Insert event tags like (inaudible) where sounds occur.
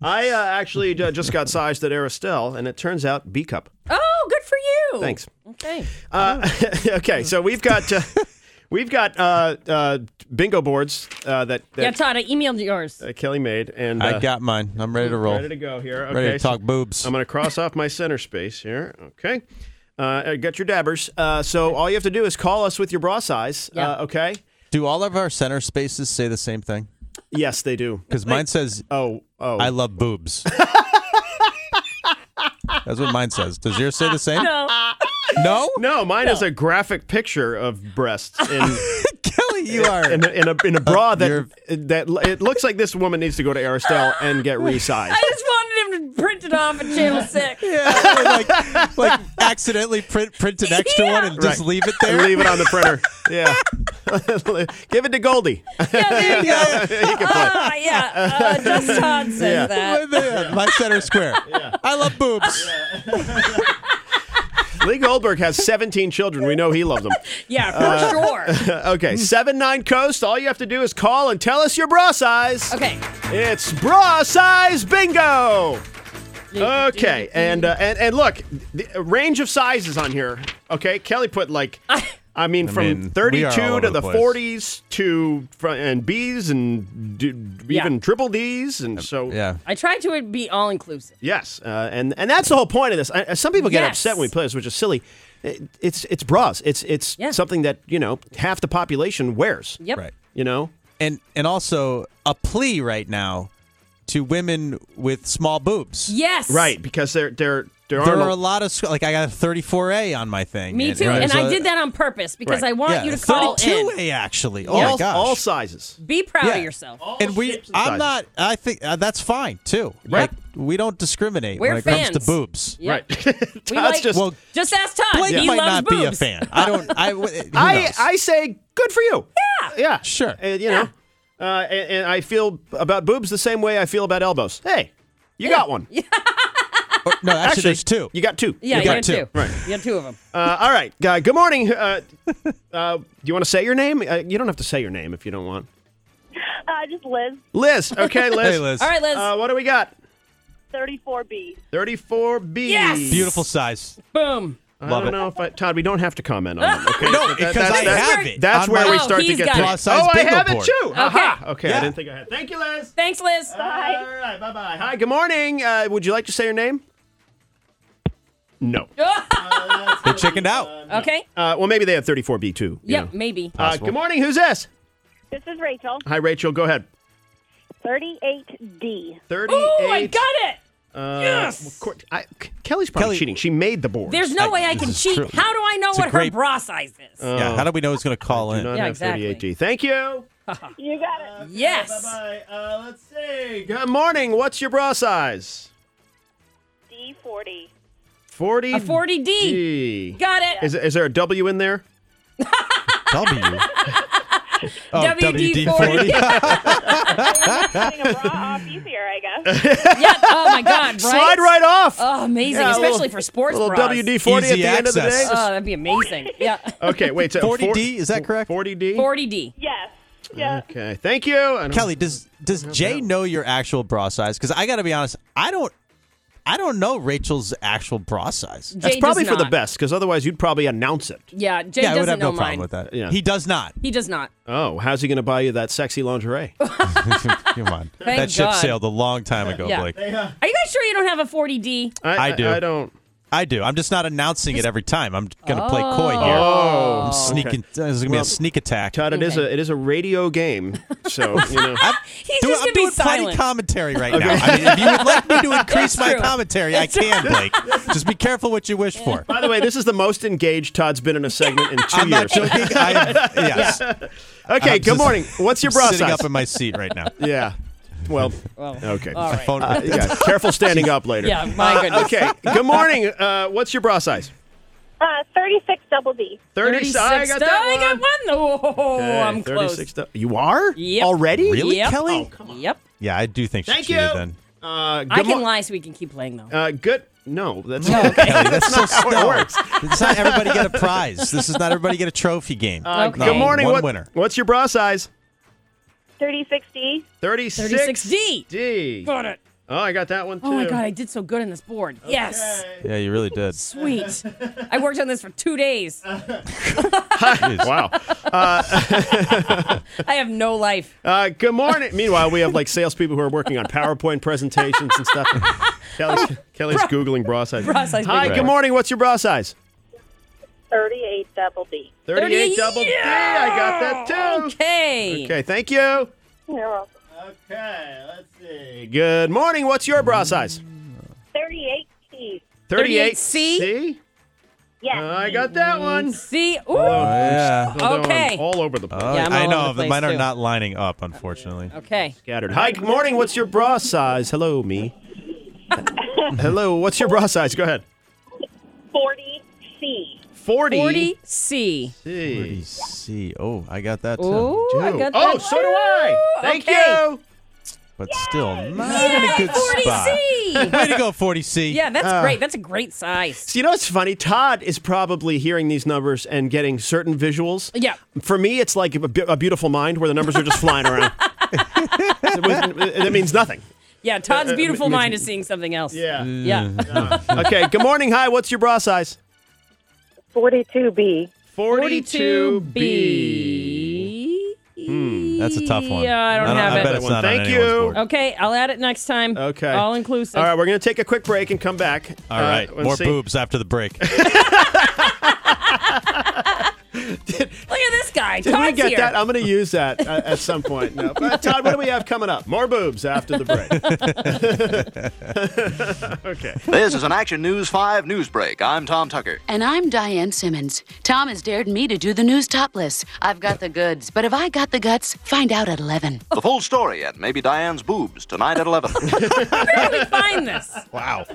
I uh, actually uh, just got sized at Aristel, and it turns out B cup. Oh, good for you. Thanks. Okay. Uh, (laughs) okay, so we've got uh, we've got uh, uh, bingo boards uh, that, Yeah, that Todd, I emailed yours. uh, Kelly made, and uh, I got mine. I'm ready to roll. ready to go here. Okay, Ready to so talk boobs. I'm going to cross off my center space here. Okay. Uh, I got your dabbers. Uh, so all you have to do is call us with your bra size. Yeah. Uh, okay. Do all of our center spaces say the same thing? Yes, they do. Because mine says Oh, oh. I love (laughs) boobs. That's what mine says. Does yours say the same? (laughs) No, No? no, mine is a graphic picture of breasts in, (laughs) Kelly, you are. (laughs) in, a, in a in a bra You're- that that it looks like this woman needs to go to Aristel and get resized. I just wanted him to print it off at (laughs) Channel 6. Yeah, or like, like accidentally print print an extra one and just Right. leave it And there. leave it on the printer. Yeah. Give it to Goldie. Yeah, there you go. Yeah, yeah, Ah, yeah. Uh, (laughs) Just Todd says Yeah. that. right there, My center square. I love boobs. Lee Goldberg has 17 children. We know he loves them. Yeah, for Uh, (laughs) sure. Okay, 7 9 Coast. All you have to do is call and tell us your bra size. Okay. It's bra size bingo. Okay, and uh, and and look, the a range of sizes on here. Okay, Kelly put (laughs) like, I mean, from mean, we are all 32 over to the the place. 40s to fr- and B's and d- Yeah. even triple D's, and so Yeah. I tried to be all inclusive. yes, uh, and and that's the whole point of this. I, some people get Yes. upset when we play this, which is silly. It, it's it's bras. It's it's Yeah. something that you know half the population wears. Yep. Right. You know, And and also a plea right now to women with small boobs. Yes. right? Because there there there There aren't are a- a lot of sc- like I got a 34A on my thing. Me too. And there's I a- did that on purpose because Right. I want yeah, you to call 32A in. actually. Oh all, my gosh. all sizes. Be proud Yeah. Oh, of yourself. and we shapes and I'm sizes. not I think uh, that's fine too. Right. Like, we don't discriminate We're when it comes fans. to boobs. Yeah. Right. (laughs) Todd's We like- just. Well, Just ask Todd. Blake he might loves not boobs. be a fan. I don't I (laughs) who I knows? I say good for you. Yeah. Yeah. Sure. Uh, you know, uh, and, and I feel about boobs the same way I feel about elbows. Hey, you got one. Or- no, actually, there's two. You got two. Yeah, you, You got had two. two. Right. You had two of them. Uh, all right. Uh, good morning. Uh, uh, do you want to say your name? Uh, you don't have to say your name if you don't want. Uh, just Liz, Liz. Okay, Liz. (laughs) Hey Liz. All right, Liz. Uh, what do we got? 34B. 34B. Yes! Beautiful size. Boom. I Love don't it. know if I, Todd, we don't have to comment on it. (laughs) Okay? No, That- because that's- I that's- have it. That's on where my- we Oh, start to he's get got to it. it. Plus-size Oh, I bingo have board. it too. Aha. Okay, I Yeah. didn't think I had. Thank you, Liz. Thanks, Liz. All right, bye bye. Hi, good morning. Uh, would you like to say your name? No. They chickened out. okay. Uh, well, maybe they have 34B too. you Yep, know. maybe. Uh, Possible. good morning. Who's this? This is Rachel, Hi, Rachel. Go ahead. 38D. 38. Oh, I got it. Uh, Yes! well, Court- I- K- Kelly's probably Kelly- cheating. She made the board. There's no I- way I this can is cheat. true. How do I know a what great- Uh, her bra size is? yeah. How do we know who's going to call in? Oh. Uh, Not Yeah, have exactly. 38D. Thank you. You got it. yes. Bye bye. Uh, let's see. Good morning. What's your bra size? D40. 40. A 40D. D. Got it. Is, is there a W in there? W. (laughs) oh, WD-40. Getting a bra off easier, I guess. yeah. Oh (laughs) my God. Right? Slide right off. Oh, amazing. Yeah, a Especially little- for sports little bras. WD 40 at Easy the end of the day. access. Oh, that'd be (laughs) amazing. Yeah. Okay, wait. So 40D, is that correct? 40D. 40D. Yes. Yeah. Okay, thank you. I don't- Kelly, does does Jay know your actual bra size? Because I got to be honest, I don't. I don't know Rachel's actual bra size. Jay That's does probably for the not. best, because otherwise you'd probably announce it. Yeah. Jay yeah, I doesn't would have know no mine. problem with that. Yeah. He (laughs) does not. He does not. Oh, how's he going to buy you that sexy lingerie? Come on, Thank that ship God. sailed a long time ago, Yeah. Blake. Are you guys sure you don't have a 40D? (laughs) I do. I, don't. I do. I'm just not announcing it every time. I'm going to play coy here. Oh, I'm sneaking. There's going to be a Well, sneak attack. Todd, it is Okay. a it is a radio game, (laughs) so you know. He's just Do- I'm gonna doing be silent. funny commentary right now. I mean, if you would like me to increase (laughs) That's my true. commentary, I can, (laughs) Blake. Just be careful what you wish for. By the way, this is the most engaged Todd's been in a segment in 2 I'm not years. joking. I am, (laughs) yes. okay, I'm good just- morning. What's your I'm bra sitting size? up in my seat right now. (laughs) yeah. Well, Well, okay. All right. Phone- Uh, yeah, careful standing up later. Yeah, my Uh, goodness. okay. Good morning. Uh, what's your bra size? Uh, 36 double D. 36. I got that I got one. Oh, Okay, I'm close. 36 do- you are? Yep. Already? Oh, Really, Yep. Oh, Kelly? Yep. Yeah, I do think she Thank you. cheated (laughs) then. Uh, good I can mo- lie so we can keep playing though. Uh, good. No, that's (laughs) Kelly, that's so it no. works. It's not everybody get a prize. This is not everybody get a trophy game. Okay. No, Good morning. One what- winner. What's your bra size? 36D. 36 36D. D. Got it. Oh, I got that one too. Oh my god, I did so good on this board. Yes. Yeah, you really did. Sweet. I worked on this for two days. (laughs) Jeez. Wow. I have no life. Uh, good morning. Meanwhile, we have like salespeople who are working on PowerPoint presentations and stuff. Kelly, Kelly's googling bra size. Bra size Hi. bigger. Good morning. What's your bra size? 38 double D. 38 double D. I got that too. Okay. Okay, thank you. You're welcome. Okay, let's see. Good morning. What's your bra size? 38 T. 38 C? C? Yes. I got that one. See? Ooh. Oh, Yeah. Although Oh, I'm Okay. all over the place. Oh, Yeah, I'm all I over the know place, mine are too. not lining up, unfortunately. Okay. Scattered. Hi, good morning. What's your bra size? Hello, (laughs) me. Hello, what's your bra size? Go ahead. 40 C. 40. 40 C. C. See, oh, I got that too, Ooh, I Dude. got oh, that so do I. too. Thank Okay. you. but still not in Yeah, a good 40 spot. C. Way to go, 40C. Yeah, that's Uh. great. That's a great size. So you know what's funny? Todd is probably hearing these numbers and getting certain visuals. Yeah. For me, it's like a, Be- A beautiful mind where the numbers are just flying (laughs) around. that means nothing. Yeah, Uh, Todd's beautiful m- mind is seeing something else. Yeah. Yeah. okay. Good morning. Hi. What's your bra size? 42 B. 42B. That's a tough one. Yeah, I don't have I it. bet it's not on Thank anyone's you. board. Okay, I'll add it next time. Okay. All inclusive. All right, we're going to take a quick break and come back. All right, Uh, let's more see. boobs after (laughs) the break. Look at this guy. Did Todd's we get here. that? I'm going to use that uh, at some point. No. Uh, Todd, what do we have coming up? More boobs after the break. okay. This is an Action News 5 news break. I'm Tom Tucker. And I'm Diane Simmons. Tom has dared me to do the news topless. I've got the goods, but have I got the guts? Find out at 11. The full story and maybe Diane's boobs tonight at 11. Where did we find this? wow.